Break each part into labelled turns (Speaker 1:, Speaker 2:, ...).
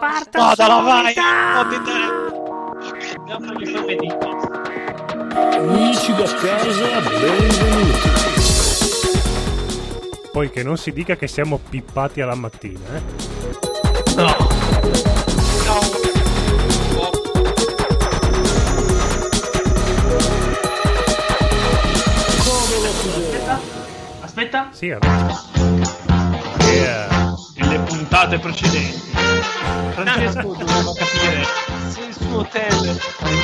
Speaker 1: porta
Speaker 2: Guardala, vai!
Speaker 1: solita!
Speaker 2: Ho detto... Abbiamo il nome di
Speaker 3: Amici da casa, benvenuti.
Speaker 4: Poi che non si dica che siamo pippati alla mattina, eh.
Speaker 2: No! No! Oh, Aspetta! Aspetta!
Speaker 4: Sì, adesso. eh, Yeah.
Speaker 5: Nelle puntate precedenti.
Speaker 2: Francesco doveva capire se il suo hotel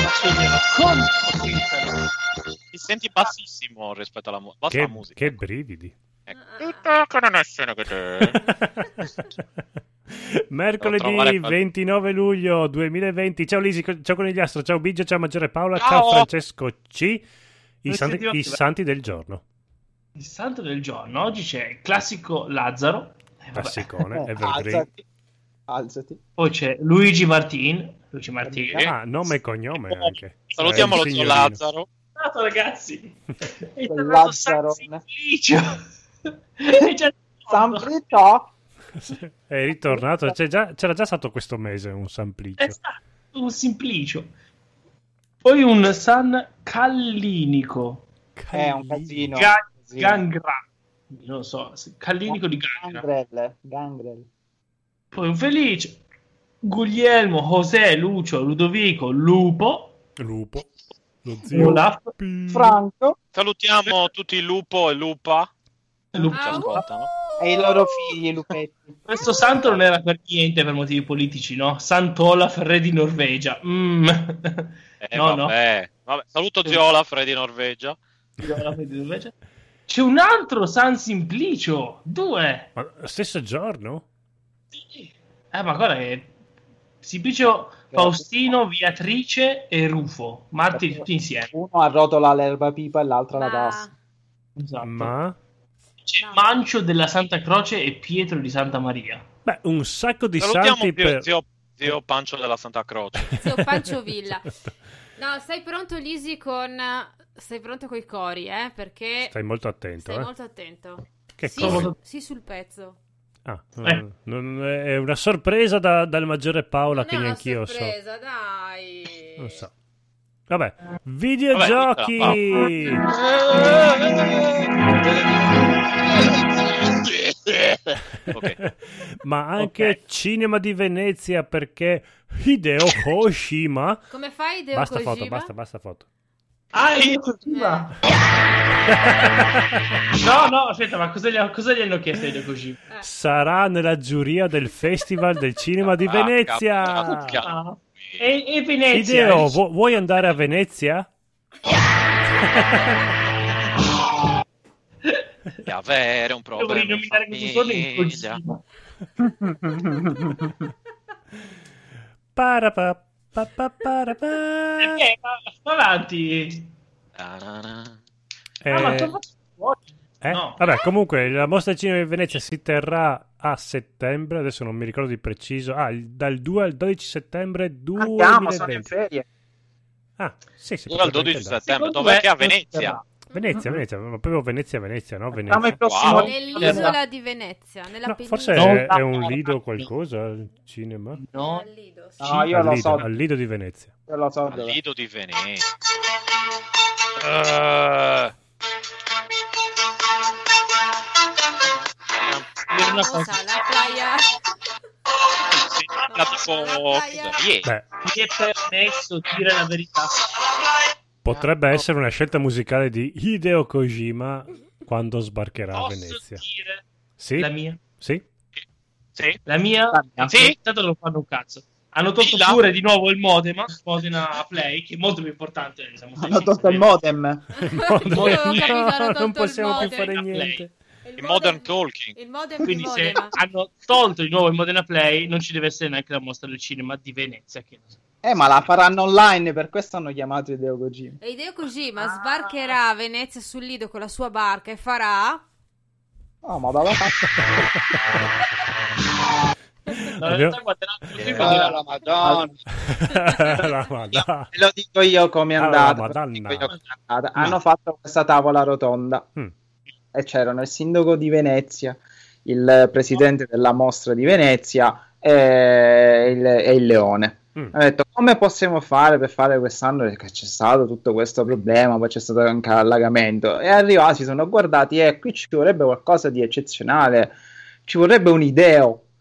Speaker 2: faceva con
Speaker 5: Ti senti bassissimo rispetto alla mu- bassa
Speaker 4: Che,
Speaker 5: musica. ecco.
Speaker 4: che brividi.
Speaker 5: Tutto conoscono che te. trovare
Speaker 4: Mercoledì
Speaker 5: qual-
Speaker 4: 29 luglio 2020. Ciao Lisi, co- ciao Conigliastro, ciao Biggio, ciao Maggiore Paola, ciao,
Speaker 5: Ciao!
Speaker 4: Francesco C. I
Speaker 2: Non
Speaker 4: santi,
Speaker 2: sentivo
Speaker 4: i
Speaker 2: più.
Speaker 4: santi del giorno.
Speaker 2: Il santo del giorno oggi c'è il classico Lazzaro, Eh, vabbè.
Speaker 4: Classicone,
Speaker 6: Eh,
Speaker 4: Evergreen.
Speaker 6: alzati. Alzati.
Speaker 2: poi c'è Luigi Martin. Luigi Martin.
Speaker 4: Ah, nome e cognome anche.
Speaker 5: Salutiamo
Speaker 4: Eh,
Speaker 5: lo
Speaker 4: il
Speaker 5: Eh? zio
Speaker 4: signorino.
Speaker 5: Lazzaro.
Speaker 2: Ciao ragazzi, è
Speaker 6: Quel
Speaker 2: tornato San
Speaker 6: Lazzarone.
Speaker 2: Simplicio. È già
Speaker 6: San
Speaker 2: tornato.
Speaker 6: Vito,
Speaker 4: È ritornato, c'è già- c'era già stato questo mese un samplicio.
Speaker 6: Eh
Speaker 2: Esatto, un Simplicio. Poi un San Callinico.
Speaker 6: è un casino.
Speaker 2: Ga-
Speaker 6: Sì.
Speaker 2: Gangra. Non lo so, Callinico di Gangra.
Speaker 6: Gangrel, Gangrel.
Speaker 2: Poi un Felice. Guglielmo, José, Lucio, Ludovico, Lupo,
Speaker 4: Lupo. Lo zio.
Speaker 2: Olaf.
Speaker 4: Pi-
Speaker 6: Franco
Speaker 5: Salutiamo tutti il lupo e lupa.
Speaker 2: Lupo.
Speaker 5: Ci ascoltano.
Speaker 6: e i loro figli, Lupetti.
Speaker 2: Questo santo non era per niente per motivi politici, no? Santo Olaf, re di Norvegia. Mm.
Speaker 5: Eh,
Speaker 2: No, no.
Speaker 5: vabbè. Vabbè, Saluto zio Olaf, re di Norvegia.
Speaker 2: Olaf, re di Norvegia. C'è un altro San Simplicio. Due.
Speaker 4: Ma stesso giorno?
Speaker 2: Eh, ma guarda che... Simplicio, Faustino, Beatrice e Rufo. Martiri tutti insieme.
Speaker 6: Uno arrotola l'erba pipa e l'altro la
Speaker 1: Ma-
Speaker 6: tassa.
Speaker 2: Esatto.
Speaker 4: Ma
Speaker 2: C'è
Speaker 1: No.
Speaker 2: Mancio della Santa Croce e Pietro di Santa Maria.
Speaker 4: beh, un sacco di
Speaker 5: Salutiamo
Speaker 4: santi
Speaker 5: zio,
Speaker 4: per
Speaker 5: zio, zio Pancio della Santa Croce.
Speaker 1: Zio Pancio Villa. No, sei pronto Lisi con... Sei pronto coi cori, eh? Perché
Speaker 4: Stai molto attento,
Speaker 1: stai
Speaker 4: eh.
Speaker 1: molto attento.
Speaker 4: Che
Speaker 1: sì,
Speaker 4: cosa?
Speaker 1: su- sì, sul pezzo.
Speaker 4: Ah,
Speaker 2: Eh.
Speaker 4: non- è una sorpresa da- dal maggiore Paola
Speaker 1: Non
Speaker 4: che
Speaker 1: è una
Speaker 4: neanch'io so.
Speaker 1: sorpresa, dai.
Speaker 4: Non so. Vabbè, videogiochi!
Speaker 5: ok.
Speaker 4: Ma anche cinema di Venezia perché Hideo Koshima.
Speaker 1: Come fai Deo
Speaker 4: Basta
Speaker 1: Kojima?
Speaker 4: foto, basta, basta foto.
Speaker 2: Ah, io prima.
Speaker 1: Eh.
Speaker 2: No, no, aspetta, ma cosa gli, ha- cosa gli hanno chiesto ai Kojima?
Speaker 1: Eh.
Speaker 4: Sarà nella giuria del Festival del Cinema di
Speaker 5: Ah,
Speaker 4: Venezia.
Speaker 5: cacchio.
Speaker 2: Ah. E, e Venezia?
Speaker 4: Hideo, vu- vuoi andare a Venezia?
Speaker 5: Di avere un
Speaker 2: Devo
Speaker 5: problema in
Speaker 2: rinominare questo giorno in
Speaker 5: famiglia.
Speaker 2: Kojima.
Speaker 4: Parapa, pa, pa, para, pa.
Speaker 2: Perché? Eh, Ma- ma avanti.
Speaker 5: Da, da, da.
Speaker 2: Ah, ma
Speaker 4: Eh,
Speaker 2: tu vuoi?
Speaker 4: eh?
Speaker 2: no.
Speaker 4: Vabbè, comunque la mostra del cinema di Venezia si terrà a settembre, adesso non mi ricordo di preciso, ah, il- dal 2 al 12 settembre 2020.
Speaker 6: Andiamo, sono in ferie.
Speaker 4: Ah, sì, sì.
Speaker 5: Ora il 12 settembre, dov'è che è a Venezia?
Speaker 4: Venezia, Venezia, ma proprio Venezia, Venezia, no?
Speaker 6: Siamo
Speaker 4: Venezia.
Speaker 6: il prossimo
Speaker 5: Wow.
Speaker 1: Nell'isola di Venezia, nella
Speaker 4: No,
Speaker 1: penisola.
Speaker 4: forse
Speaker 2: Non
Speaker 4: è,
Speaker 2: la-
Speaker 4: è un lido o qualcosa, il cinema?
Speaker 2: No,
Speaker 1: Al Lido, sì.
Speaker 6: No, io
Speaker 4: al,
Speaker 6: lo
Speaker 4: lido,
Speaker 6: so,
Speaker 4: al lido di Venezia.
Speaker 6: io lo so
Speaker 5: Al
Speaker 6: dove.
Speaker 5: Lido di Venezia. Eh.
Speaker 2: per una cosa.
Speaker 1: Cosa, la playa.
Speaker 5: Sì, la tipo- Sì.
Speaker 4: Beh,
Speaker 2: Mi è permesso dire la verità.
Speaker 4: potrebbe essere una scelta musicale di Hideo Kojima quando sbarcherà a
Speaker 2: Posso
Speaker 4: Venezia.
Speaker 2: dire
Speaker 4: Sì?
Speaker 2: la mia?
Speaker 4: Sì?
Speaker 5: Sì.
Speaker 2: La mia?
Speaker 6: mia.
Speaker 2: Sì? Tanto non fanno un cazzo. Hanno tolto
Speaker 5: Sì, la-
Speaker 2: pure di nuovo il modem, Modena Play, che è molto più importante. Diciamo,
Speaker 6: Hanno tolto il modem.
Speaker 2: No,
Speaker 1: Avevo capito, hanno
Speaker 4: No,
Speaker 1: tolto
Speaker 4: non
Speaker 1: il
Speaker 4: possiamo più
Speaker 1: modem.
Speaker 4: fare
Speaker 2: Play.
Speaker 4: niente.
Speaker 5: Il Modern Talking.
Speaker 1: Il modem di
Speaker 2: Quindi se
Speaker 1: modem.
Speaker 2: hanno tolto di nuovo il Modena Play, non ci deve essere neanche la mostra del cinema di Venezia. Che...
Speaker 6: Eh, ma la faranno online, per questo hanno chiamato Hideo Kojima.
Speaker 1: E Hideo
Speaker 4: Ah.
Speaker 1: Kojima sbarcherà a Venezia sul Lido con la sua barca e farà...
Speaker 6: Oh, ma va fatto.
Speaker 2: No, in
Speaker 4: Abbiamo-
Speaker 2: realtà guarderà il film,
Speaker 5: Eh,
Speaker 2: guarderà-
Speaker 6: Madonna.
Speaker 4: La madonna.
Speaker 6: Ve lo dico io come è
Speaker 4: Ah,
Speaker 6: andata.
Speaker 4: Madonna.
Speaker 6: ve lo dico io com'è andata. Hanno fatto questa tavola rotonda
Speaker 4: Mm.
Speaker 6: e c'erano il sindaco di Venezia, il presidente della mostra di Venezia e il, è il leone.
Speaker 4: Mm.
Speaker 6: Ho detto come possiamo fare per fare quest'anno perché c'è stato tutto questo problema, poi c'è stato anche l'allagamento e arrivati si sono guardati e qui ci vorrebbe qualcosa di eccezionale, ci vorrebbe un ideo.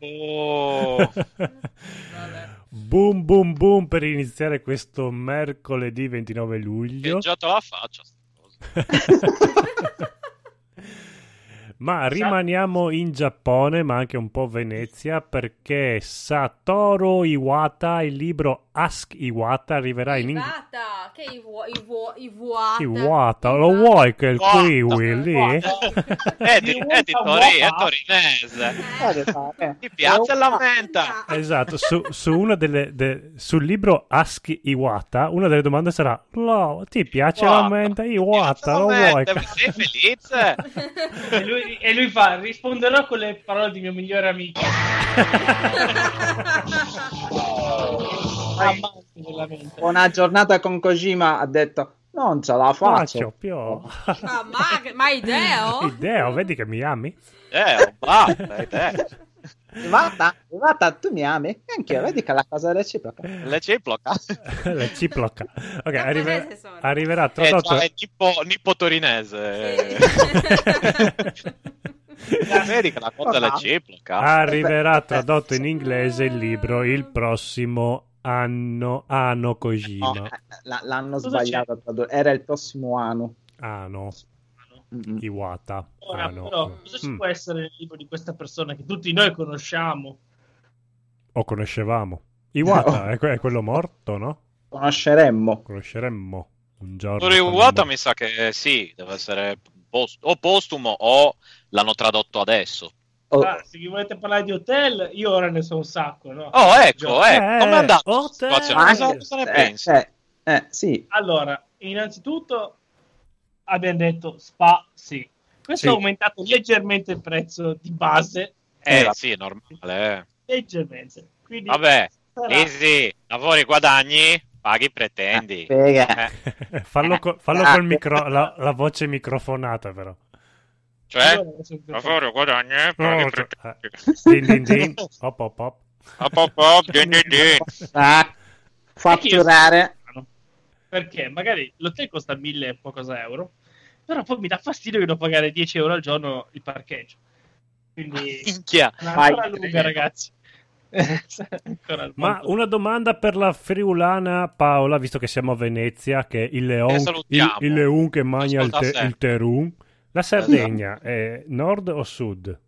Speaker 5: Ciao.
Speaker 4: boom boom boom per iniziare questo mercoledì 29 luglio.
Speaker 5: Pieggiato la faccia. sta cosa.
Speaker 4: Ma rimaniamo in Giappone, ma anche un po' Venezia, perché Satoru Iwata, il libro Ask Iwata, arriverà in Inghilterra.
Speaker 1: Ivata, che i vuo- i vuo- i vuota.
Speaker 4: Iwata, lo vuoi che il
Speaker 5: Iwata. Eh.
Speaker 4: kiwi lì?
Speaker 5: È di, è di Tori- è torinese.
Speaker 1: Eh.
Speaker 5: Ti piace la menta?
Speaker 1: Menta.
Speaker 4: Esatto, su, su una delle, de- sul libro Ask Iwata, una delle domande sarà: "Lo- Ti piace la menta?
Speaker 5: Ti piace
Speaker 4: Iwata,
Speaker 5: la
Speaker 4: lo vuoi?
Speaker 5: menta? Sei felice?
Speaker 2: E lui, e lui fa: risponderò con le parole di mio migliore amico. Ah, ma- veramente.
Speaker 6: Buona giornata con Kojima ha detto non ce la faccio.
Speaker 4: Faccio più.
Speaker 5: Oh.
Speaker 1: Ah, ma, oh? ma ideo?
Speaker 4: Ideo, oh, vedi che mi ami?
Speaker 5: Eh, oh, basta, è te.
Speaker 6: Iwata, Iwata, tu mi ami? E anch'io, vedi che è la cosa reciproca.
Speaker 4: Eh,
Speaker 5: Le cipolla.
Speaker 4: La ciploca. Ok,
Speaker 1: Giapponese
Speaker 4: arriver-
Speaker 1: sono.
Speaker 4: arriverà tra
Speaker 5: Eh,
Speaker 4: l'altro.
Speaker 5: cioè, è nippo, nippo torinese. Eh, Vedi che la Eh, cosa è la
Speaker 4: Ah,
Speaker 5: cipolla.
Speaker 4: Arriverà tradotto in inglese il libro il prossimo anno. Ano
Speaker 6: No,
Speaker 5: Oh,
Speaker 6: eh,
Speaker 5: eh.
Speaker 4: Kojima.
Speaker 6: la- l'hanno
Speaker 2: Cosa
Speaker 6: sbagliato, a tradurre. era il prossimo anno. Mm,
Speaker 4: Ano
Speaker 6: Mm-mm.
Speaker 4: Iwata.
Speaker 2: Ora,
Speaker 4: Ano.
Speaker 2: però, cosa ci
Speaker 4: Mm,
Speaker 2: può essere nel libro di questa persona che tutti noi conosciamo?
Speaker 4: o conoscevamo. Iwata è, que- è quello morto, no?
Speaker 6: Conosceremmo.
Speaker 4: Conosceremmo un giorno.
Speaker 5: Tori
Speaker 4: quando-
Speaker 5: Iwata mi sa che eh, sì, deve essere post- o postumo o l'hanno tradotto adesso.
Speaker 6: Oh,
Speaker 2: Ah, se vi volete parlare di hotel, io ora ne so un sacco, no?
Speaker 5: Oh, ecco, eh,
Speaker 4: Eh,
Speaker 5: com'è andata
Speaker 4: oh,
Speaker 5: la situazione?
Speaker 6: te.
Speaker 5: Cosa, cosa ne
Speaker 6: eh,
Speaker 5: pensi?
Speaker 6: eh, eh, sì,
Speaker 2: Allora, innanzitutto abbiamo detto spa sì. Questo
Speaker 4: Sì.
Speaker 2: ha aumentato leggermente il prezzo di base,
Speaker 5: Eh,
Speaker 6: eh.
Speaker 5: sì, è normale. eh.
Speaker 2: leggermente. Quindi
Speaker 5: Vabbè,
Speaker 2: sarà-
Speaker 5: easy, lavori, guadagni, paghi, pretendi.
Speaker 6: Figa.
Speaker 5: Eh,
Speaker 4: fallo co- fallo
Speaker 6: Ah.
Speaker 4: col micro- la, la voce microfonata, però.
Speaker 5: cioè,
Speaker 2: Allora, sento-
Speaker 5: lavori, guadagni, paghi,
Speaker 4: No, cioè,
Speaker 5: pretendi.
Speaker 4: Din din din. Hop hop hop.
Speaker 5: Hop, hop, hop, din, din, din.
Speaker 6: Ah, fatturare.
Speaker 2: Perché magari l'hotel costa 1000 e pocosa euro, però poi mi dà fastidio che devo pagare 10 euro al giorno il parcheggio.
Speaker 4: eh.
Speaker 5: Ah,
Speaker 2: Quindi
Speaker 5: Minchia.
Speaker 2: una
Speaker 6: Vai,
Speaker 2: ancora lunga,
Speaker 6: treno.
Speaker 2: ragazzi. Ancora
Speaker 4: Ma
Speaker 2: molto.
Speaker 4: una domanda per la friulana Paola, visto che siamo a Venezia, che il leon,
Speaker 5: Che
Speaker 4: il,
Speaker 5: Eh, salutiamo.
Speaker 4: il leon che mangia il, te-
Speaker 5: Ascolta sempre.
Speaker 4: il terun. La Sardegna è nord o sud?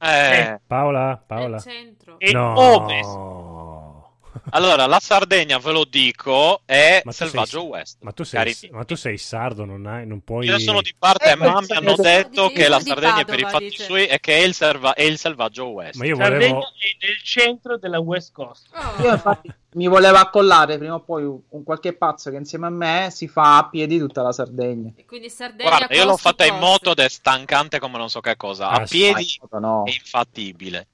Speaker 5: Eh,
Speaker 4: Paola,
Speaker 1: Nel
Speaker 4: Paola.
Speaker 1: centro.
Speaker 2: E
Speaker 4: no.
Speaker 5: ovest. allora, la Sardegna, ve lo dico, è
Speaker 4: Ma tu
Speaker 5: selvaggio
Speaker 4: sei-
Speaker 5: west.
Speaker 4: Ma tu, sei,
Speaker 5: cari
Speaker 4: ma tu sei sardo, non, hai, non puoi...
Speaker 5: Io sono di parte,
Speaker 6: Eh,
Speaker 5: ma mi
Speaker 6: penso
Speaker 5: hanno
Speaker 6: che-
Speaker 5: detto
Speaker 1: Di-
Speaker 5: che la
Speaker 1: di
Speaker 5: Sardegna è per i
Speaker 1: Padova,
Speaker 5: fatti
Speaker 1: dice.
Speaker 5: suoi e che è il, serva- è il selvaggio West.
Speaker 4: Ma io
Speaker 2: Sardegna
Speaker 4: volevo...
Speaker 2: è nel centro della West Coast.
Speaker 1: Oh.
Speaker 6: Io infatti mi volevo accollare prima o poi un qualche pazzo che insieme a me si fa a piedi tutta la Sardegna.
Speaker 1: E Quindi Sardegna
Speaker 5: Guarda, io l'ho
Speaker 1: costa,
Speaker 5: fatta in
Speaker 1: costa.
Speaker 5: moto ed è stancante come non so che cosa.
Speaker 4: Ah,
Speaker 5: A
Speaker 4: sì.
Speaker 5: piedi
Speaker 6: Ah, no.
Speaker 5: è infattibile.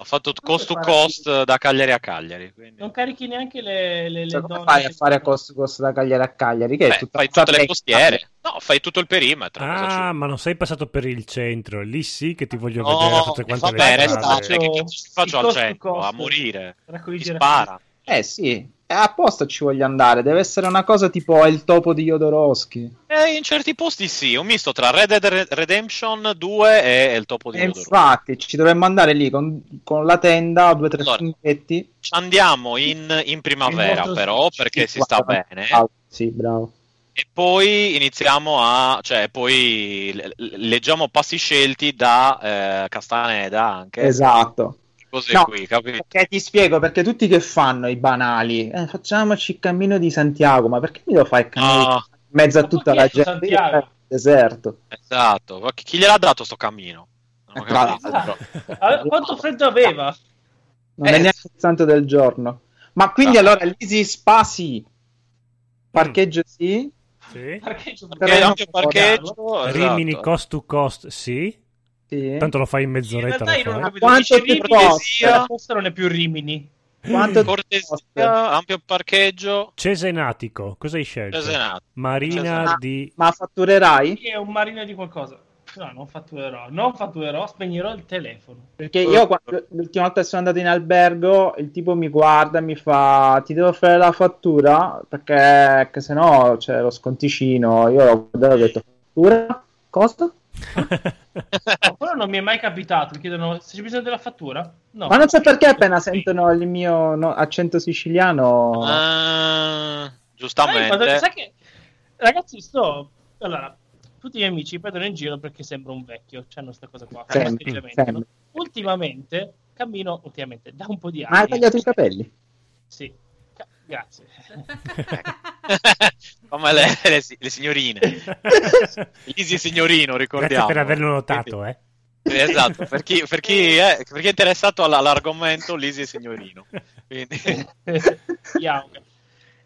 Speaker 5: Ho fatto
Speaker 2: Come
Speaker 5: cost to
Speaker 2: fare-
Speaker 5: cost da Cagliari a Cagliari. quindi-
Speaker 2: Non carichi neanche le, le, le
Speaker 6: Cioè, come
Speaker 2: donne.
Speaker 6: fai a fare costo costo da Cagliari a Cagliari? Che è
Speaker 5: Beh,
Speaker 6: tutta
Speaker 5: fai tutte le costiere. No, fai tutto il perimetro. cosa ci-
Speaker 4: Ah, ma non sei passato per il centro. Lì sì che ti voglio
Speaker 5: No,
Speaker 4: vedere tutte quante
Speaker 5: vabbè,
Speaker 4: le
Speaker 5: resta-
Speaker 4: strade.
Speaker 5: cioè, che ci faccio
Speaker 2: Il
Speaker 5: al
Speaker 2: costo
Speaker 5: centro,
Speaker 2: costo.
Speaker 5: a morire.
Speaker 2: Tra cui
Speaker 5: Ti
Speaker 2: girare-
Speaker 5: spara.
Speaker 6: Eh sì, è apposta ci voglio andare. Deve essere una cosa tipo il topo di Jodorowsky.
Speaker 5: Eh, in certi posti sì, un misto tra Red Dead Red- Redemption 2 e il topo di
Speaker 6: E
Speaker 5: Odoro.
Speaker 6: infatti ci dovremmo andare lì con, con la tenda, due o tre
Speaker 5: Allora,
Speaker 6: funghetti.
Speaker 5: Ci andiamo in, in primavera,
Speaker 2: Il nostro
Speaker 5: però,
Speaker 2: Switch,
Speaker 5: perché
Speaker 6: Sì,
Speaker 5: si sta
Speaker 6: guarda,
Speaker 5: bene.
Speaker 6: bravo, Sì, bravo.
Speaker 5: E poi iniziamo a. cioè, poi le- le- leggiamo passi scelti da eh, Castaneda anche.
Speaker 6: Esatto.
Speaker 5: Cose
Speaker 6: No,
Speaker 5: qui, capito?
Speaker 6: Perché ti spiego, perché tutti che fanno i banali? Eh, facciamoci il cammino di Santiago, ma perché mi lo fai il cammino di-
Speaker 5: No,
Speaker 6: in mezzo a
Speaker 2: Ma
Speaker 6: tutta
Speaker 2: poi
Speaker 6: la
Speaker 2: chi è su
Speaker 6: gente?
Speaker 2: Santiago?
Speaker 6: Io- Deserto.
Speaker 5: esatto. Ma chi- Chi gliel'ha dato sto cammino? Non ho
Speaker 6: Tra
Speaker 5: capito.
Speaker 6: l'altro.
Speaker 2: Allora, quanto freddo aveva?
Speaker 6: Non
Speaker 5: Eh.
Speaker 6: è neanche il santo del giorno. Ma quindi
Speaker 5: Ah. Mm.
Speaker 6: allora lì si spa sì, parcheggio sì,
Speaker 4: Sì.
Speaker 5: esatto.
Speaker 2: Parcheggio
Speaker 5: Perché
Speaker 6: Però
Speaker 5: anche il parcheggio.
Speaker 4: Rimini
Speaker 5: esatto.
Speaker 4: cost to cost, sì.
Speaker 6: sì.
Speaker 4: Tanto lo fai in
Speaker 2: In
Speaker 4: mezz'oretta.
Speaker 2: realtà
Speaker 4: lo
Speaker 2: io non ho
Speaker 4: fai.
Speaker 2: capito
Speaker 6: Quanto
Speaker 2: dici
Speaker 6: ti
Speaker 2: Rimini
Speaker 6: costa?
Speaker 2: sia- Questo non è più Rimini.
Speaker 6: Quanto costa?
Speaker 5: Cortesia, ampio parcheggio,
Speaker 4: Cesenatico, cosa hai scelto?
Speaker 5: Cesenatico.
Speaker 4: Marina
Speaker 5: Cesenatico.
Speaker 4: di...
Speaker 6: Ma fatturerai?
Speaker 2: È un marino di qualcosa. No, non fatturerò. Non fatturerò, spegnerò il telefono.
Speaker 6: Perché io quando- l'ultima volta che sono andato in albergo, il tipo mi guarda e mi fa: Ti devo fare la fattura? Perché che se no c'è lo sconticino. Io l'ho guardato e ho detto: Fattura? Cosa?
Speaker 2: No, quello non mi è mai capitato. Mi chiedono se c'è bisogno della fattura. No.
Speaker 6: Ma non so perché appena sentono il mio no, accento siciliano.
Speaker 5: Ah,
Speaker 2: Sai, quando-
Speaker 5: Eh, giustamente.
Speaker 2: Eh, sai che- Ragazzi, sto... Allora, tutti i miei amici mi prendono in giro perché sembro un vecchio. C'hanno questa cosa qua. questo
Speaker 6: Sempre,
Speaker 2: atteggiamento,
Speaker 6: sempre.
Speaker 2: no? Ultimamente, cammino... Ultimamente, da un po' di anni...
Speaker 6: Ma hai tagliato i capelli?
Speaker 2: Sì. Ca- Grazie.
Speaker 5: Come le, le si- le signorine. Easy signorino,
Speaker 4: Grazie
Speaker 5: ricordiamo.
Speaker 4: per averlo notato, eh.
Speaker 5: Quindi- eh, Esatto, per chi, per chi è, per chi è interessato alla- all'argomento, l'easy signorino. Quindi,
Speaker 2: Young.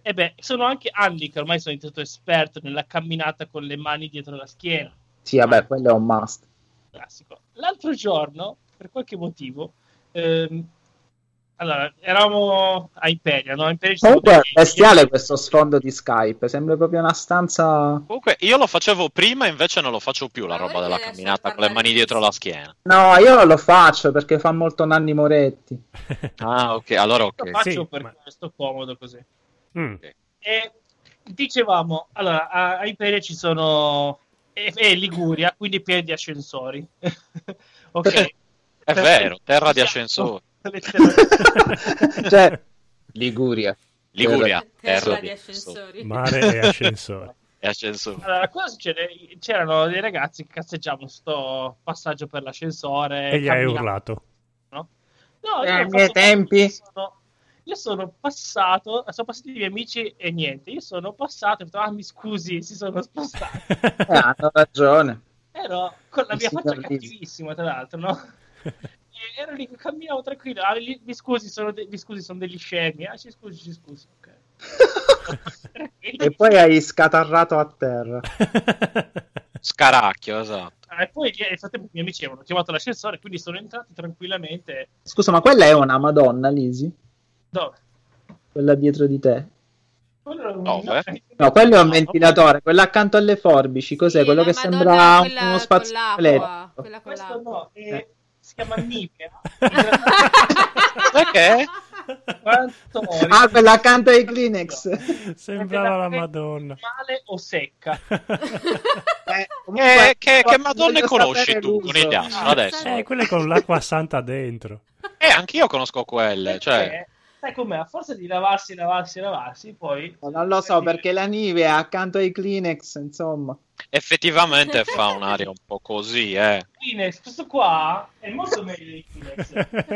Speaker 2: E beh, sono anche anni che ormai sono diventato esperto nella camminata con le mani dietro la schiena.
Speaker 6: Sì,
Speaker 5: Ah.
Speaker 6: vabbè, quello è un must.
Speaker 2: classico. L'altro giorno, per qualche motivo, ehm, allora, eravamo a Imperia, no? A Imperia ci siamo
Speaker 6: Comunque,
Speaker 2: tenuti-
Speaker 6: bestiale questo sfondo di Skype. Sembra proprio una stanza.
Speaker 5: comunque, io lo facevo prima, invece non lo faccio più la
Speaker 1: Ma
Speaker 5: roba
Speaker 1: voi
Speaker 5: della
Speaker 1: mi lasciate
Speaker 5: camminata con le
Speaker 1: parlare
Speaker 5: mani
Speaker 1: così?
Speaker 5: dietro la schiena.
Speaker 6: No, io non lo faccio perché fa molto Nanni Moretti.
Speaker 4: eh.
Speaker 5: Ah, ok, allora
Speaker 2: Lo
Speaker 5: ok.
Speaker 2: faccio
Speaker 4: Sì,
Speaker 2: perché
Speaker 4: ma-
Speaker 2: sto comodo così.
Speaker 4: Mm.
Speaker 2: E dicevamo, allora, a, a Imperia ci sono... È, è Liguria, quindi pieni di ascensori. ok.
Speaker 5: È vero, terra di
Speaker 2: Siamo-
Speaker 5: ascensori.
Speaker 6: cioè, Liguria.
Speaker 5: Liguria,
Speaker 1: Terra di
Speaker 5: ascensori.
Speaker 1: ascensori.
Speaker 4: Mare e ascensore.
Speaker 5: E ascensori.
Speaker 2: Allora, cosa succede? C'erano dei ragazzi che cazzeggiavano sto passaggio per l'ascensore.
Speaker 5: Eh,
Speaker 4: E gli hai
Speaker 2: camminavano.
Speaker 4: urlato.
Speaker 2: No,
Speaker 6: Eh,
Speaker 2: io
Speaker 6: ai
Speaker 2: ho
Speaker 6: miei
Speaker 2: fatto-
Speaker 6: tempi?
Speaker 2: Sono, io sono passato, sono passati i miei amici e niente. Io sono passato e ho detto, ah, mi scusi, si sono spostati.
Speaker 6: Eh,
Speaker 5: Ah.
Speaker 6: hanno ragione.
Speaker 2: Ero con la
Speaker 6: Mi
Speaker 2: mia
Speaker 6: si
Speaker 2: faccia
Speaker 6: perdeva.
Speaker 2: cattivissima, tra l'altro, no? E ero lì, camminavo tranquillo. Ah, li- mi scusi, sono, de- mi scusi, sono degli scemi. Ah, ci scusi, ci scusi. ok.
Speaker 6: E poi hai scatarrato a terra.
Speaker 5: Scaracchio, esatto.
Speaker 2: Ah, e poi nel frattempo i miei amici avevano chiamato l'ascensore, quindi sono entrati tranquillamente.
Speaker 6: Scusa, ma quella è una Madonna, Lisi?
Speaker 2: Dove?
Speaker 6: Quella dietro di te?
Speaker 2: Quello era un-
Speaker 5: Dove?
Speaker 6: No, quello è un
Speaker 2: No.
Speaker 6: ventilatore. Quella accanto alle forbici. Cos'è?
Speaker 1: Sì,
Speaker 6: quello
Speaker 1: la
Speaker 6: che
Speaker 1: Madonna,
Speaker 6: sembra
Speaker 1: quella
Speaker 6: uno
Speaker 1: con
Speaker 6: spazio
Speaker 1: l'acqua,
Speaker 6: elettrico.
Speaker 1: quella con
Speaker 2: Questo
Speaker 1: l'acqua.
Speaker 2: no, eh,
Speaker 6: Eh.
Speaker 2: si chiama Nivea.
Speaker 5: Perché?
Speaker 2: Quanto-
Speaker 6: Ah, quella accanto ai
Speaker 5: Eh,
Speaker 6: Kleenex.
Speaker 4: Sembrava la
Speaker 2: Perché
Speaker 4: Madonna.
Speaker 2: Male o secca?
Speaker 6: Eh, comunque-
Speaker 5: Che, che, che Madonna
Speaker 6: voglio
Speaker 5: conosci
Speaker 6: sapere
Speaker 5: tu
Speaker 6: l'uso.
Speaker 5: con il diastro adesso?
Speaker 4: Eh, quelle con l'acqua santa dentro.
Speaker 5: Eh, anch'io conosco quelle.
Speaker 2: Perché,
Speaker 5: Cioè,
Speaker 2: Sai com'è? A forza di lavarsi, lavarsi, lavarsi, poi...
Speaker 6: Non lo so perché la Nive è accanto ai Kleenex, insomma.
Speaker 5: effettivamente fa un'aria un po' così, eh.
Speaker 2: Kleenex, questo qua è molto meglio di Kleenex.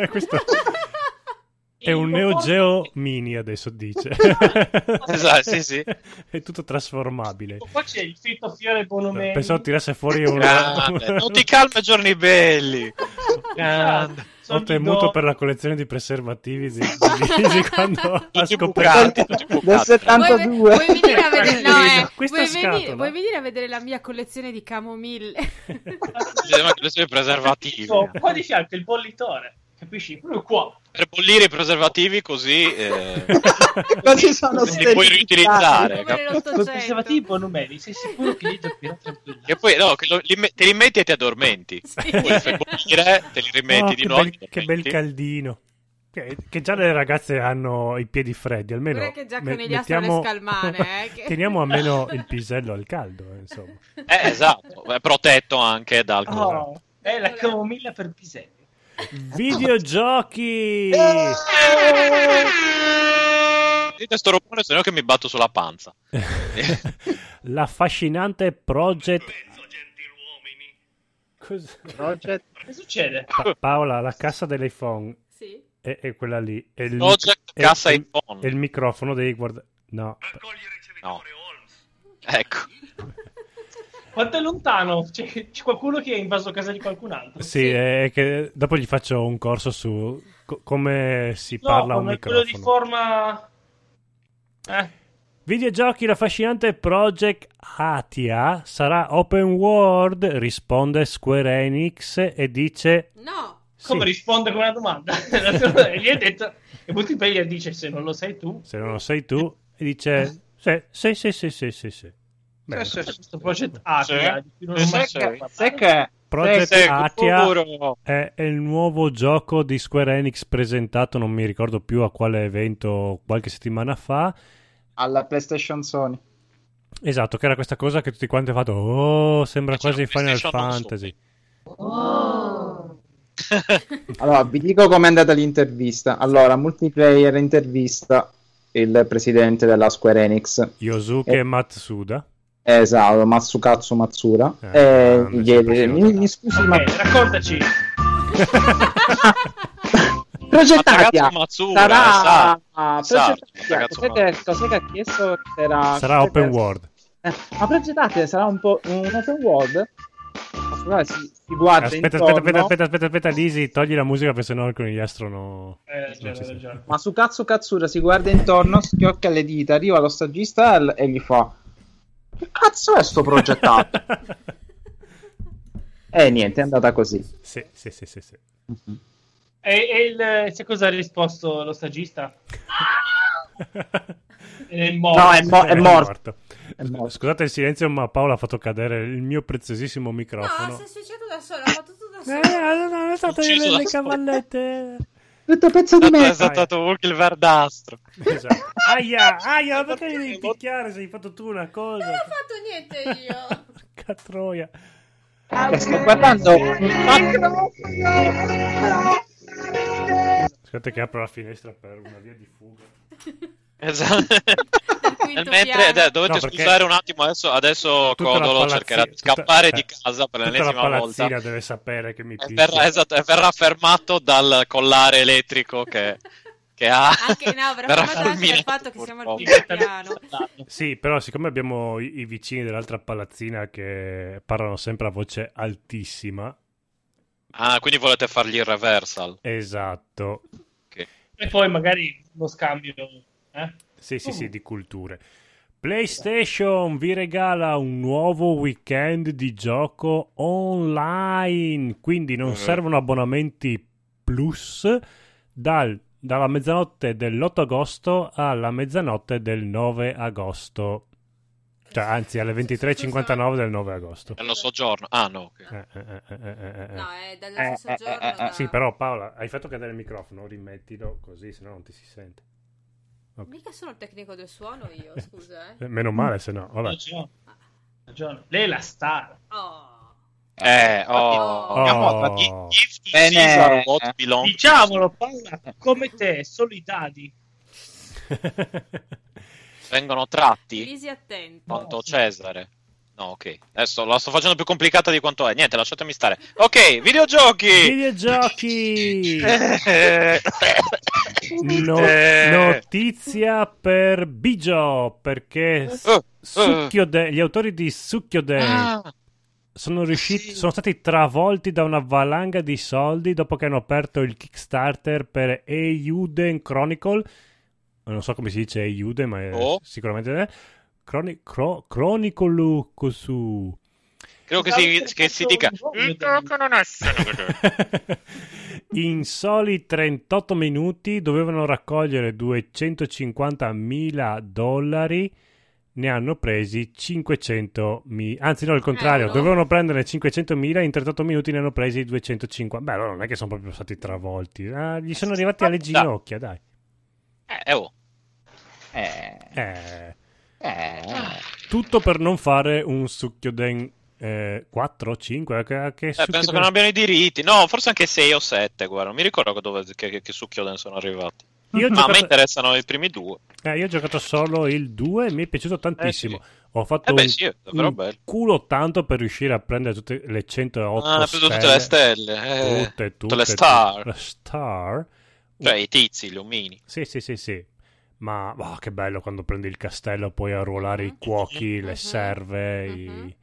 Speaker 4: Eh, Questo è un Neo Geo Mini adesso dice.
Speaker 5: Esatto, sì, sì.
Speaker 4: È tutto trasformabile.
Speaker 2: Qua c'è il fritto fiore bonomeni.
Speaker 4: Pensavo tirasse fuori un...
Speaker 5: Grande. Ah, Non ti calma, giorni belli.
Speaker 2: Ah,
Speaker 5: Grande.
Speaker 4: Ho temuto per la collezione di preservativi di, di Lisi quando l'ha
Speaker 5: Tutti
Speaker 4: scoperto.
Speaker 5: bucati, tutti bucati.
Speaker 6: Del 72.
Speaker 1: Vuoi, vuoi venire a vedere, no, eh,
Speaker 4: Questa
Speaker 1: vuoi, veni-
Speaker 4: scatola. Eh,
Speaker 1: vuoi venire a vedere la mia collezione di camomille?
Speaker 5: Bisogna che le sue preservativi.
Speaker 2: Qua di fianco il bollitore, capisci? Proprio qua.
Speaker 5: Per bollire i preservativi così eh,
Speaker 6: Così sono
Speaker 5: li puoi riutilizzare.
Speaker 1: Come
Speaker 5: cap-
Speaker 2: Con i
Speaker 1: nell'Ottocento.
Speaker 2: preservativi bonomeni, sei sicuro che lì dormirà tranquillo?
Speaker 5: Che poi no, che lo- li me- te li metti e ti addormenti.
Speaker 1: Sì.
Speaker 4: Eh,
Speaker 5: Poi li fai bollire, te li rimetti
Speaker 4: Oh,
Speaker 5: di
Speaker 4: che
Speaker 5: nuovo.
Speaker 4: bel-
Speaker 5: ti
Speaker 4: che bel
Speaker 5: addormenti.
Speaker 4: caldino. Che, che già le ragazze hanno i piedi freddi, almeno.
Speaker 1: Guarda che già
Speaker 4: me-
Speaker 1: con gli astro le scalmane, eh, che-
Speaker 4: Teniamo almeno il pisello al caldo, eh, insomma.
Speaker 5: Eh, esatto, è protetto anche dal calore.
Speaker 2: Oh, è la camomilla per piselli.
Speaker 4: Videogiochi!
Speaker 5: Dite sto rumore, se no che mi batto sulla panza.
Speaker 4: L'affascinante Project... Cos-
Speaker 6: Project
Speaker 2: Che succede?
Speaker 4: Pa- Paola, la cassa dell'iPhone
Speaker 1: Sì.
Speaker 4: è, è quella lì. È il,
Speaker 5: Project
Speaker 4: è-
Speaker 5: cassa
Speaker 4: è-
Speaker 5: iPhone.
Speaker 4: è il microfono devi guardare... No,
Speaker 5: No. Ecco.
Speaker 2: Quanto è lontano? C'è, c'è qualcuno che ha invaso casa di qualcun altro?
Speaker 4: Sì, è che dopo gli faccio un corso su co- come si
Speaker 2: No,
Speaker 4: parla un
Speaker 2: come quello
Speaker 4: microfono.
Speaker 2: di forma... Eh,
Speaker 4: Videogiochi, l'affascinante Project Atia sarà open world, risponde Square Enix e dice
Speaker 1: No.
Speaker 2: come
Speaker 4: Sì.
Speaker 2: risponde con una domanda? e gli hai detto, e Multiplayer dice se non lo sai tu,
Speaker 4: Se non lo sei tu, e dice sì, sì, sì, sì, sì, sì, sì. Bene.
Speaker 5: Sì, sì,
Speaker 2: questo project Aquila,
Speaker 5: Sì.
Speaker 2: ah, di cui non
Speaker 5: Sì,
Speaker 2: ho mai
Speaker 5: sì.
Speaker 2: sentito
Speaker 6: Cioè, Sai
Speaker 2: parlare.
Speaker 6: che
Speaker 4: Project
Speaker 5: Sì,
Speaker 4: Atia
Speaker 5: sicuro.
Speaker 4: è, è il nuovo gioco di Square Enix presentato, non mi ricordo più a quale evento qualche settimana fa.
Speaker 6: alla PlayStation Sony.
Speaker 4: Esatto, che era questa cosa che tutti quanti hanno fatto, oh, sembra
Speaker 5: Che c'era
Speaker 4: quasi
Speaker 5: un
Speaker 4: Final
Speaker 5: PlayStation non so.
Speaker 4: Fantasy.
Speaker 6: Allora, vi dico com'è andata l'intervista. Allora, multiplayer intervista il presidente della Square Enix,
Speaker 4: Yosuke
Speaker 6: Eh.
Speaker 4: Matsuda.
Speaker 6: esatto, Matsukatsu Matsura.
Speaker 4: Eh,
Speaker 6: e
Speaker 4: grande,
Speaker 6: gli-
Speaker 4: sempre
Speaker 6: mi,
Speaker 4: più.
Speaker 6: mi scusi, ma
Speaker 2: Ok, Eh, raccontaci.
Speaker 6: Progettatia
Speaker 5: Matsuda, Matsuda, sa,
Speaker 6: sarà
Speaker 5: sa,
Speaker 6: Progettatia,
Speaker 5: ragazzo,
Speaker 6: cos'è che, cos'è che ha chiesto?
Speaker 4: Sarà
Speaker 6: Era, cos'è che-
Speaker 4: open world.
Speaker 6: Eh, ma Progettatia sarà un po' un open world? Allora si, si guarda
Speaker 4: Aspetta,
Speaker 6: intorno,
Speaker 4: aspetta, aspetta, aspetta, aspetta, aspetta, Lisi, togli la musica perché sennò il conigliastro no...
Speaker 2: Eh,
Speaker 4: non
Speaker 2: ragione,
Speaker 4: ci sente.
Speaker 2: ragione.
Speaker 6: Ma su cazzo Katsura si guarda intorno, schiocca le dita, arriva lo stagista e- e gli fa Che cazzo è sto progettato? e Eh, niente, è andata così.
Speaker 4: sì, sì, sì, sì, sì.
Speaker 2: E, e il, se cosa ha risposto lo stagista? È morto.
Speaker 6: No, è, mo- è
Speaker 4: Era
Speaker 6: morto. È
Speaker 4: Scu-
Speaker 6: morto.
Speaker 4: Scusate il silenzio, ma Paola ha fatto cadere il mio preziosissimo microfono.
Speaker 1: No, si è suicidato da solo, ha fatto tutto da solo.
Speaker 4: Eh, non è stato
Speaker 5: Ucciso
Speaker 4: le,
Speaker 5: da
Speaker 4: le
Speaker 5: solo.
Speaker 4: cavallette.
Speaker 6: Tutto pezzo di
Speaker 5: Tanto esatto. è
Speaker 6: me.
Speaker 5: saltato Hulk il verdastro.
Speaker 4: Esatto. Aia, aia, ma perché mi devi picchiare se hai fatto tu una cosa?
Speaker 1: Non ho fatto niente io.
Speaker 4: Porca troia.
Speaker 6: Che Eh, sto guardando. un fatto-
Speaker 4: Scusate che apro la finestra per una via di fuga.
Speaker 5: Esatto. Nel
Speaker 1: Quinto
Speaker 5: mentre
Speaker 1: piano.
Speaker 5: eh, dovete
Speaker 4: No, perché-
Speaker 5: scusare un attimo, adesso, adesso
Speaker 4: Tutta la
Speaker 5: Oh, Codolo
Speaker 4: palazzi-
Speaker 5: cercherà di
Speaker 4: tutta-
Speaker 5: scappare
Speaker 4: eh,
Speaker 5: di casa per
Speaker 4: tutta la
Speaker 5: l'ennesima
Speaker 4: palazzina
Speaker 5: volta.
Speaker 4: deve sapere che mi
Speaker 5: E
Speaker 4: picchia.
Speaker 5: verrà, esatto, e verrà fermato dal collare elettrico che, che ha.
Speaker 1: Anche no, avrà
Speaker 5: verrà
Speaker 1: fermato anche dal
Speaker 5: fulminato,
Speaker 1: fatto che siamo al
Speaker 5: purtroppo.
Speaker 1: quinto piano.
Speaker 4: Sì, però siccome abbiamo i, i vicini dell'altra palazzina che parlano sempre a voce altissima,
Speaker 5: Ah, quindi volete fargli il reversal.
Speaker 4: esatto,
Speaker 2: E poi magari lo scambio. Eh?
Speaker 4: Sì, sì, sì, di culture. PlayStation vi regala un nuovo weekend di gioco online, quindi non
Speaker 5: Eh.
Speaker 4: servono abbonamenti plus dal- dalla mezzanotte dell'8 agosto alla mezzanotte del 9 agosto. Cioè, anzi, alle 23.59 del 9 agosto.
Speaker 5: Nel nostro giorno. Ah, no. ok.
Speaker 4: Eh, eh, eh, eh, eh, eh.
Speaker 1: No, è dallo
Speaker 6: Eh,
Speaker 1: stesso
Speaker 6: eh,
Speaker 1: giorno.
Speaker 6: eh, eh,
Speaker 1: da-
Speaker 4: Sì, però Paola, hai fatto cadere il microfono, rimettilo così, sennò non ti si sente.
Speaker 1: Mica sono il tecnico del suono io, scusa, eh.
Speaker 4: Eh, Meno male, se no. Vabbè.
Speaker 2: Ragione. Ragione. Lei è la star.
Speaker 1: Oh.
Speaker 5: Eh, oh.
Speaker 1: Oh.
Speaker 4: Oh.
Speaker 5: If to
Speaker 6: Bene.
Speaker 5: Caesar what belongs to
Speaker 2: Diciamolo, Paola, come te, solidadi.
Speaker 5: Caesar. Vengono tratti
Speaker 1: Lisi attento.
Speaker 5: quanto Cesare. No, ok. Adesso la sto facendo più complicata di quanto è. Niente, lasciatemi stare. Ok, videogiochi.
Speaker 4: Videogiochi!
Speaker 5: Eh.
Speaker 4: No-
Speaker 5: Eh.
Speaker 4: notizia per Bijo perché s-
Speaker 5: Eh,
Speaker 4: Succhio Day- gli autori di Succhio Day
Speaker 5: Ah,
Speaker 4: sono, riusciti,
Speaker 5: sì.
Speaker 4: sono stati travolti da una valanga di soldi dopo che hanno aperto il Kickstarter per Euden Chronicle. Non so come si dice Euden, ma è-
Speaker 5: Oh.
Speaker 4: sicuramente è. Chroni- Cro- Chronicle Kosu.
Speaker 5: credo che si, che si dica. Il gioco non è solo-
Speaker 4: In soli 38 minuti dovevano raccogliere 250.000 dollari, ne hanno presi 500.000. Anzi no, il contrario,
Speaker 1: Eh, no.
Speaker 4: dovevano prendere 500.000, in 38 minuti ne hanno presi 250. Beh, allora non è che sono proprio stati travolti, ah, gli sono arrivati alle ginocchia, dai.
Speaker 5: Eh, oh.
Speaker 6: Eh,
Speaker 4: Eh,
Speaker 6: eh.
Speaker 4: tutto per non fare un succhioden eh, 4 o 5, che, che
Speaker 5: Eh, penso che non abbiano i diritti. No, forse anche 6 o 7, guarda. Non mi ricordo che, dove, che, che, che succhioden sono arrivati.
Speaker 4: Io ho
Speaker 5: Ma a me
Speaker 4: giocato-
Speaker 5: interessano i primi due.
Speaker 4: Eh, io ho giocato solo il 2 e mi è piaciuto tantissimo.
Speaker 5: Eh,
Speaker 4: Ho fatto
Speaker 5: Eh
Speaker 4: un,
Speaker 5: beh, sì, è davvero
Speaker 4: un
Speaker 5: bello.
Speaker 4: culo tanto per riuscire a prendere tutte le 108
Speaker 5: Ah, ha preso
Speaker 4: stelle.
Speaker 5: tutte le stelle. eh.
Speaker 4: Tutte, tutte,
Speaker 5: le star.
Speaker 4: tutte. Le star. Mm.
Speaker 5: Cioè, i tizi, gli omini.
Speaker 4: Sì, sì, sì, sì. Ma oh, che bello quando prendi il castello poi a ruolare i cuochi, le
Speaker 1: Mhm.
Speaker 4: serve. i-
Speaker 1: Mhm.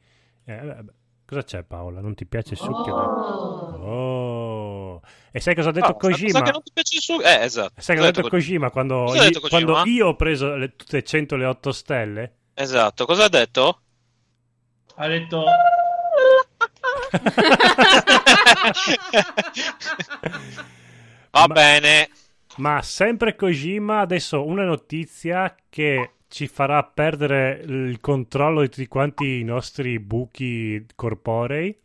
Speaker 4: Eh, vabbè, cosa c'è Paola? Non ti piace il succhio? Oh. E sai cosa ha detto
Speaker 5: Ah, sta cosa
Speaker 4: Kojima?
Speaker 5: che non ti piace il suo- Eh, esatto. Cosa hai
Speaker 4: Sai cosa ha detto
Speaker 5: detto
Speaker 4: Kojima quando,
Speaker 5: Cosa ha detto
Speaker 4: io-
Speaker 5: Kojima?
Speaker 4: quando io ho preso le, tutte 100 le 8 stelle?
Speaker 5: Esatto, cosa ha detto?
Speaker 2: Ha detto...
Speaker 5: Va
Speaker 4: Ma-
Speaker 5: bene.
Speaker 4: Ma sempre Kojima, adesso una notizia che ci farà perdere il controllo di tutti quanti i nostri buchi corporei.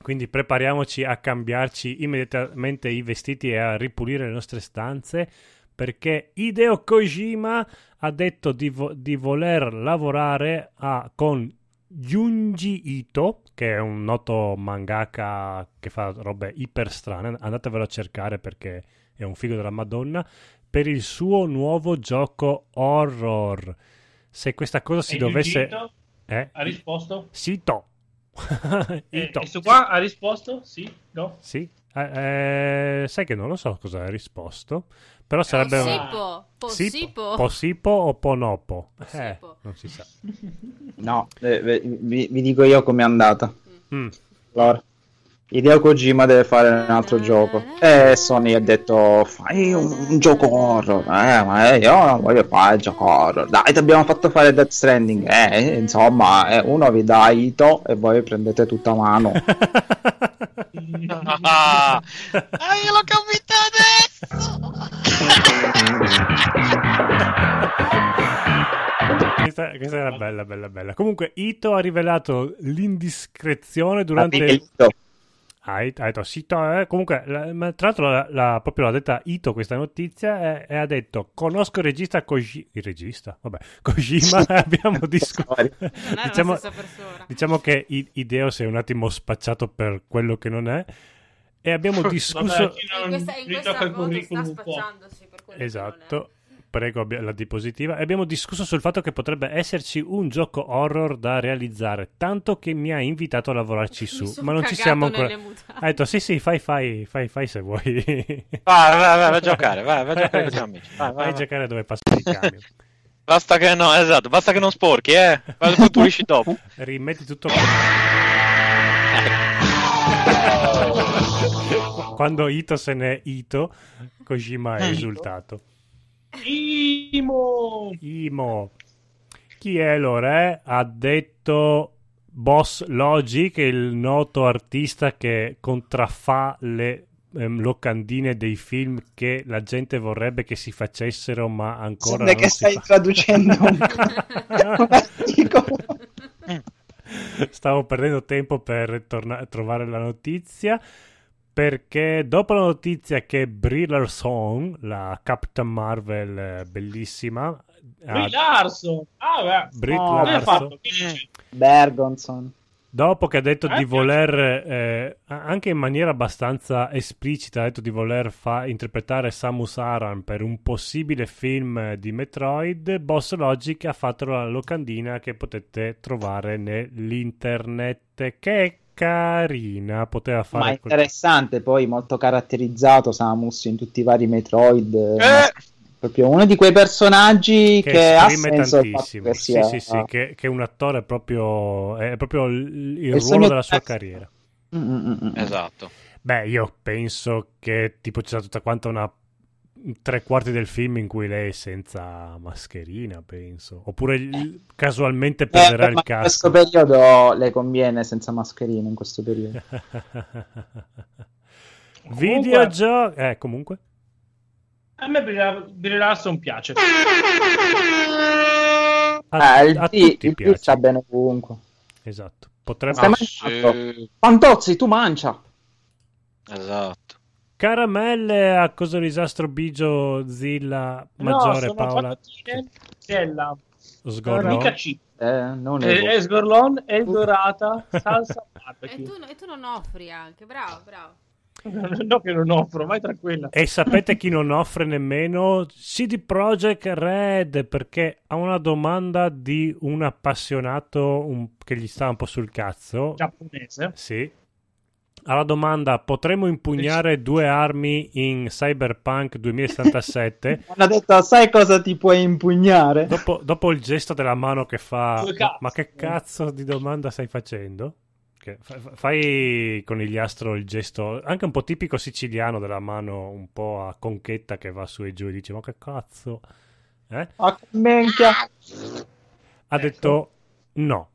Speaker 4: Quindi prepariamoci a cambiarci immediatamente i vestiti e a ripulire le nostre stanze perché Hideo Kojima ha detto di, vo- di voler lavorare a- con Junji Ito, che è un noto mangaka che fa robe iper strane. Andatevelo a cercare perché è un figo della Madonna, per il suo nuovo gioco horror. Se questa cosa si
Speaker 2: E
Speaker 4: dovesse...
Speaker 2: Giugito
Speaker 4: Eh?
Speaker 2: ha risposto?
Speaker 4: Sito.
Speaker 2: E,
Speaker 4: Ito.
Speaker 2: questo qua ha risposto? Sì? No?
Speaker 4: Sì. Eh, eh, sai che non lo so cosa ha risposto, però sarebbe...
Speaker 2: sì,
Speaker 4: un-
Speaker 1: Possipo,
Speaker 4: Sipo.
Speaker 1: possipo.
Speaker 4: Possipo o Ponopo? Eh,
Speaker 1: Possipo.
Speaker 4: non si sa.
Speaker 6: No, eh, ve- vi, vi dico io com'è andata.
Speaker 4: Mm.
Speaker 6: Allora, Hideo Kojima deve fare un altro gioco. E Sony ha detto, fai un, un gioco horror. Eh, ma eh, io non voglio fare il gioco horror. Dai, ti abbiamo fatto fare Death Stranding. Eh, insomma, eh, uno vi dà Ito e voi prendete tutta mano.
Speaker 5: Ah, ah, io l'ho capito
Speaker 4: questa, questa era bella, bella, bella. Comunque, Ito ha rivelato l'indiscrezione durante...
Speaker 6: Ah, Ito.
Speaker 4: Ah, It- ha detto sì, to- eh, comunque, la- ma tra l'altro, la, la- proprio l'ha detta Ito questa notizia e, e ha detto: Conosco il regista Koji- il regista, vabbè, Kojima. abbiamo discusso.
Speaker 6: Sorry.
Speaker 1: Non era
Speaker 4: diciamo,
Speaker 1: la stessa persona.
Speaker 4: diciamo che I- Ideo si è un attimo spacciato per quello che non è, e abbiamo discusso.
Speaker 2: Vabbè, chi
Speaker 1: In questa, in questa
Speaker 2: ritocca
Speaker 1: foto
Speaker 2: il
Speaker 1: sta
Speaker 2: curriculum un po'.
Speaker 1: spacciandosi per quello che non
Speaker 4: Esatto. Prego, abbia- la D positiva. E abbiamo discusso sul fatto che potrebbe esserci un gioco horror da realizzare, tanto che mi ha invitato a lavorarci
Speaker 1: è. Mi
Speaker 4: su,
Speaker 1: son
Speaker 4: ma non ci
Speaker 1: cagato
Speaker 4: siamo ancora.
Speaker 1: nelle mutande.
Speaker 4: Ha detto sì, sì, fai, fai, fai, fai se vuoi.
Speaker 5: Vai, vai, vai, vai a giocare, vai, vai a giocare con i tuoi amici. Vai,
Speaker 4: Vai
Speaker 5: vai,
Speaker 4: a
Speaker 5: vai.
Speaker 4: giocare dove passano i camion.
Speaker 5: Basta che no, esatto, basta che non sporchi, eh. Poi poi pulisci dopo.
Speaker 4: Rimetti tutto quando Ito se n'è Ito, Kojima
Speaker 5: Mm.
Speaker 4: è risultato.
Speaker 2: Imo!
Speaker 4: Imo. Chi è lo re? Ha detto Boss Logic, il noto artista che contraffà le ehm, locandine dei film che la gente vorrebbe che si facessero, ma ancora
Speaker 7: Sembra
Speaker 4: non
Speaker 7: che
Speaker 4: si
Speaker 7: stai
Speaker 4: fa.
Speaker 7: traducendo un, un
Speaker 4: Eh.
Speaker 7: articolo.
Speaker 4: Stavo perdendo tempo per torna- trovare la notizia. Perché dopo la notizia che Brie Larson, la Captain Marvel eh, bellissima,
Speaker 2: Brie
Speaker 4: ha-
Speaker 2: Larson! Ah, beh.
Speaker 4: Brie
Speaker 6: No,
Speaker 2: Come ha
Speaker 4: Ah. Larson,
Speaker 2: fatto? Che dice?
Speaker 6: Bergonson.
Speaker 4: dopo che ha detto
Speaker 2: Eh,
Speaker 4: di
Speaker 2: piace.
Speaker 4: voler, eh, anche in maniera abbastanza esplicita, ha detto di voler fa- interpretare Samus Aran per un possibile film eh, di Metroid, Boss Logic ha fatto la locandina che potete trovare nell'internet, che è carina, poteva
Speaker 6: Ma
Speaker 4: fare... quel-
Speaker 6: interessante, poi molto caratterizzato Samus in tutti i vari Metroid.
Speaker 5: Eh,
Speaker 6: Proprio uno di quei personaggi che,
Speaker 4: che,
Speaker 6: ha
Speaker 4: esprime
Speaker 6: senso il fatto
Speaker 4: tantissimo.
Speaker 6: che
Speaker 4: Sì,
Speaker 6: sia
Speaker 4: sì, sì, che, che un attore è proprio, è proprio il, il
Speaker 6: Il
Speaker 4: ruolo
Speaker 6: sogno-
Speaker 4: della sua carriera.
Speaker 6: Mm, mm, mm, mm.
Speaker 5: esatto.
Speaker 4: Beh, io penso che tipo c'è tutta quanta una tre quarti del film in cui lei è senza mascherina, penso. Oppure il- casualmente
Speaker 6: Eh,
Speaker 4: perderà
Speaker 6: ma
Speaker 4: il
Speaker 6: in questo
Speaker 4: casco.
Speaker 6: periodo le conviene senza mascherina in questo periodo.
Speaker 4: Videogioco, eh, comunque.
Speaker 2: A me Brie Brie Larson piace.
Speaker 4: A,
Speaker 6: Eh, il
Speaker 4: a
Speaker 6: D-
Speaker 4: tutti
Speaker 6: il D
Speaker 4: piace.
Speaker 6: sta bene ovunque.
Speaker 4: Esatto. Potrebbe
Speaker 6: Ah,
Speaker 5: sì,
Speaker 6: Fantozzi, tu mancia!
Speaker 5: esatto.
Speaker 4: caramelle a cosa disastro bigio Zilla maggiore
Speaker 2: no, sono
Speaker 4: Paola
Speaker 2: patatine della
Speaker 4: sgorlò.
Speaker 2: mica chip.
Speaker 6: Eh, non è
Speaker 2: Eh, Esgorlon, Eldorata, salsa
Speaker 1: E
Speaker 2: barbecue.
Speaker 1: tu, e tu non offri anche, bravo, bravo.
Speaker 2: No, che non offro, vai tranquilla.
Speaker 4: E sapete chi non offre nemmeno? CD Projekt Red, perché ha una domanda di un appassionato un- che gli sta un po' sul cazzo.
Speaker 2: Giapponese.
Speaker 4: Sì. Alla domanda, potremmo impugnare due armi in Cyberpunk 2077?
Speaker 6: Hanno detto, sai cosa ti puoi impugnare?
Speaker 4: Dopo, dopo il gesto della mano che fa,
Speaker 2: Due
Speaker 4: ma,
Speaker 2: cazzo.
Speaker 4: ma che cazzo di domanda stai facendo? Che fa- fa- fai con il liastro il gesto anche un po' tipico siciliano della mano un po' a conchetta che va su e giù e dice ma che cazzo? Eh?
Speaker 6: Ah, minchia.
Speaker 4: Ha detto no,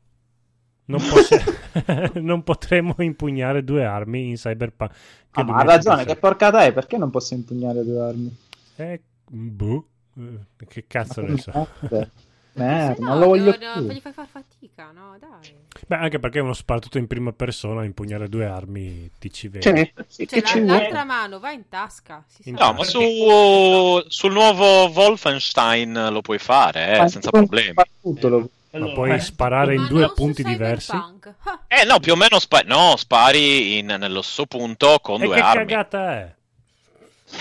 Speaker 4: non, possi- non potremo impugnare due armi in cyberpunk.
Speaker 6: Ah, ma ha ragione, che porcata è? Perché non posso impugnare due armi?
Speaker 4: Eh, boh, eh, che cazzo ne so.
Speaker 6: Merda,
Speaker 1: Eh,
Speaker 6: merda,
Speaker 1: no,
Speaker 6: non lo voglio
Speaker 1: no,
Speaker 6: più.
Speaker 1: no, gli fai far fatica, no, dai.
Speaker 4: Beh, anche perché uno sparatutto in prima persona, impugnare due armi ti ci vede.
Speaker 7: Cioè, sì,
Speaker 1: Cioè,
Speaker 7: che
Speaker 1: la-
Speaker 7: ci vuole?
Speaker 1: l'altra mano va in tasca. Si sa.
Speaker 5: No, ma su, sul nuovo Wolfenstein lo puoi fare, eh,
Speaker 6: Ma
Speaker 5: senza
Speaker 6: tu non
Speaker 5: problemi. Eh.
Speaker 6: fai tutto, lo-
Speaker 4: Ma
Speaker 2: Allora, eh.
Speaker 4: puoi sparare in
Speaker 1: Ma
Speaker 4: due
Speaker 1: non su
Speaker 4: punti diversi.
Speaker 1: Cyberpunk. Ah,
Speaker 5: Eh no, più o meno spa- no, spari in- nello stesso punto con
Speaker 4: E
Speaker 5: due
Speaker 4: che
Speaker 5: armi.
Speaker 4: cagata è?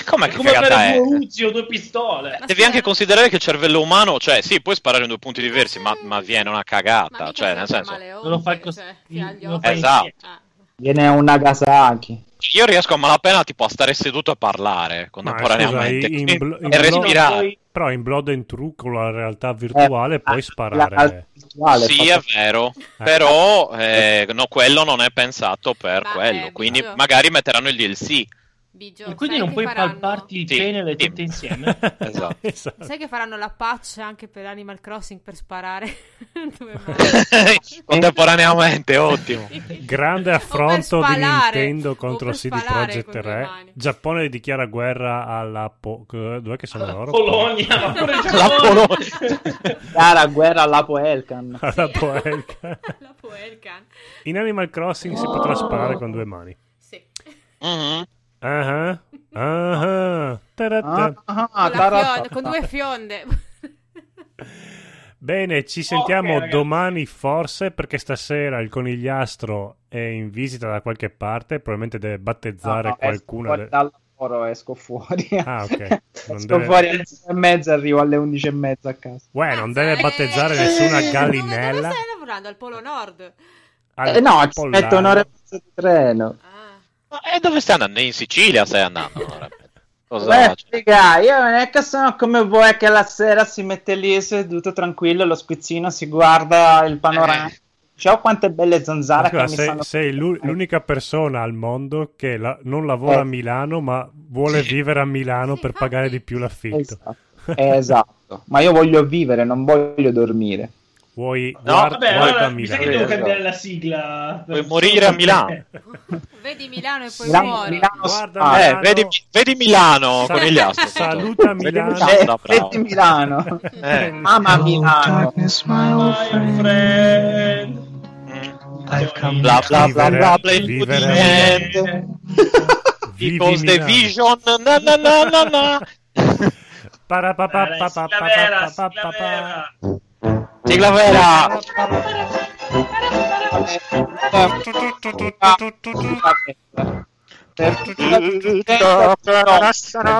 Speaker 5: Com'è
Speaker 2: è
Speaker 5: che
Speaker 2: come
Speaker 5: cagata è?
Speaker 2: avere due uzi o due pistole.
Speaker 1: Ma
Speaker 5: Devi
Speaker 1: scusa,
Speaker 5: anche
Speaker 1: no.
Speaker 5: considerare che il cervello umano, cioè sì, puoi sparare in due punti diversi, ma,
Speaker 1: Eh.
Speaker 5: ma viene una
Speaker 1: Ma
Speaker 5: cagata,
Speaker 1: mica
Speaker 5: cioè
Speaker 1: sarà
Speaker 5: nel senso...
Speaker 1: maleonte,
Speaker 2: Non lo fai così.
Speaker 1: cioè, che ha gli
Speaker 2: non lo
Speaker 1: occhi.
Speaker 2: fai
Speaker 5: Esatto.
Speaker 2: niente.
Speaker 1: Ah.
Speaker 6: Viene un Nagasaki.
Speaker 5: Io riesco a malapena tipo a stare seduto a parlare contemporaneamente
Speaker 4: scusa, in-
Speaker 5: eh, e-
Speaker 4: in blo- in
Speaker 5: e
Speaker 4: blo-
Speaker 5: respirare.
Speaker 2: Poi-
Speaker 4: Però in Blood and True con la realtà virtuale
Speaker 6: Eh,
Speaker 4: puoi
Speaker 6: la-
Speaker 4: sparare.
Speaker 6: la- virtuale,
Speaker 5: Sì, è
Speaker 6: fatto-
Speaker 5: vero, però eh, no, quello non è pensato per
Speaker 1: Ma,
Speaker 5: quello,
Speaker 1: eh,
Speaker 5: quindi
Speaker 1: Biggio.
Speaker 5: magari metteranno il DLC.
Speaker 1: Biggio,
Speaker 2: Quindi
Speaker 1: sai
Speaker 2: non
Speaker 1: che
Speaker 2: puoi
Speaker 1: faranno?
Speaker 2: palparti il
Speaker 5: Sì,
Speaker 2: pene le
Speaker 5: sì.
Speaker 2: tette insieme.
Speaker 5: Esatto.
Speaker 4: Esatto.
Speaker 1: Sai che faranno la patch anche per Animal Crossing per sparare dove mai?
Speaker 5: Contemporaneamente, ottimo.
Speaker 4: Grande
Speaker 1: O per
Speaker 4: affronto di
Speaker 1: spalare,
Speaker 4: Nintendo
Speaker 1: o
Speaker 4: contro
Speaker 1: per
Speaker 4: CD
Speaker 1: spalare
Speaker 4: Projekt
Speaker 1: con le
Speaker 4: Red.
Speaker 1: mani.
Speaker 4: Giappone dichiara guerra alla po- eh, dov'è che sono loro?
Speaker 2: Polonia, ma pure il
Speaker 5: La
Speaker 2: Giappone.
Speaker 5: Polonia.
Speaker 6: Chiara guerra all'Apo Elkan.
Speaker 4: Alla Poelka.
Speaker 1: La Poelcan.
Speaker 4: In Animal Crossing si potrà sparare con due mani.
Speaker 1: Sì.
Speaker 5: Mhm.
Speaker 4: Ah ah, ah ah,
Speaker 6: Ah,
Speaker 4: tarata.
Speaker 6: ah,
Speaker 1: con, la
Speaker 6: tarata-
Speaker 1: fionda- con due fionde.
Speaker 4: Bene, ci sentiamo
Speaker 2: ragazzi.
Speaker 4: domani forse perché stasera il conigliastro è in visita da qualche parte, probabilmente deve battezzare
Speaker 6: No, no, esco
Speaker 4: qualcuno.
Speaker 6: fuori
Speaker 4: de-
Speaker 6: dal lavoro esco fuori
Speaker 4: Ah, ok. Non
Speaker 6: esco
Speaker 4: deve-
Speaker 6: fuori alle 10 e mezza arrivo alle 11 e mezza a casa
Speaker 4: Uè, non
Speaker 1: Mazza,
Speaker 4: deve
Speaker 1: eh,
Speaker 4: battezzare
Speaker 1: eh,
Speaker 4: nessuna
Speaker 1: dove-
Speaker 4: gallinella.
Speaker 1: Dove stai lavorando? Al Polo Nord?
Speaker 4: al
Speaker 6: Eh, no ci
Speaker 4: pollaro.
Speaker 6: metto un'ora e mezza di treno
Speaker 1: Ah.
Speaker 5: Ma eh, dove stai andando? In Sicilia stai andando? allora? Cosa Eh,
Speaker 6: Beh, Eh, figa, io non è che sono come voi che la sera si mette lì seduto tranquillo, lo squizzino si guarda il panorama.
Speaker 5: Eh.
Speaker 6: Ciao quante belle zanzare
Speaker 4: Scusa,
Speaker 6: che mi
Speaker 4: sei,
Speaker 6: stanno...
Speaker 4: sei l'u- l'unica persona al mondo che la- non lavora
Speaker 6: Eh.
Speaker 4: a Milano, ma vuole
Speaker 5: Sì.
Speaker 4: vivere a Milano
Speaker 1: Sì,
Speaker 4: per
Speaker 1: infatti.
Speaker 4: pagare di più l'affitto.
Speaker 6: Esatto. Eh, esatto, ma io voglio vivere, non voglio dormire.
Speaker 4: Vuoi
Speaker 5: No,
Speaker 4: guard-
Speaker 2: Vabbè,
Speaker 4: guarda
Speaker 2: allora
Speaker 4: a
Speaker 2: mi sa
Speaker 4: Milano.
Speaker 2: che devo
Speaker 6: Esatto.
Speaker 2: cambiare la sigla. Eh,
Speaker 5: Puoi morire a Milano.
Speaker 1: Vedi Milano e poi
Speaker 4: Milano-
Speaker 1: muori.
Speaker 6: Milano-
Speaker 4: Guarda
Speaker 6: Ah,
Speaker 5: Eh,
Speaker 4: Milano.
Speaker 5: vedi, vedi Milano,
Speaker 4: Sa-
Speaker 5: conigliastro.
Speaker 4: Saluta
Speaker 5: Vedi
Speaker 4: Milano.
Speaker 5: Milano,
Speaker 6: Eh,
Speaker 5: no, bravo.
Speaker 6: vedi Milano.
Speaker 5: Eh.
Speaker 6: Mamma Milano.
Speaker 2: My friend.
Speaker 5: Mm.
Speaker 2: I've come
Speaker 5: Bla bla bla bla bla, il
Speaker 4: Vivere-
Speaker 5: putinente.
Speaker 4: Vivi
Speaker 5: People's
Speaker 4: Milano.
Speaker 5: Division. Na, na, na, na, na.
Speaker 4: Parapapa,
Speaker 2: Dai, sigla
Speaker 4: papapapa,
Speaker 2: vera, sigla
Speaker 4: papapapa.
Speaker 2: vera.
Speaker 5: Sigla vera.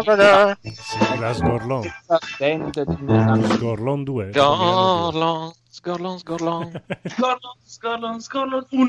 Speaker 4: Sigla Sgorlon. Sgorlon 2.
Speaker 5: Sgorlon, sgorlon, sgorlon.
Speaker 2: Scorlon, scorlon, scorlon. Uno.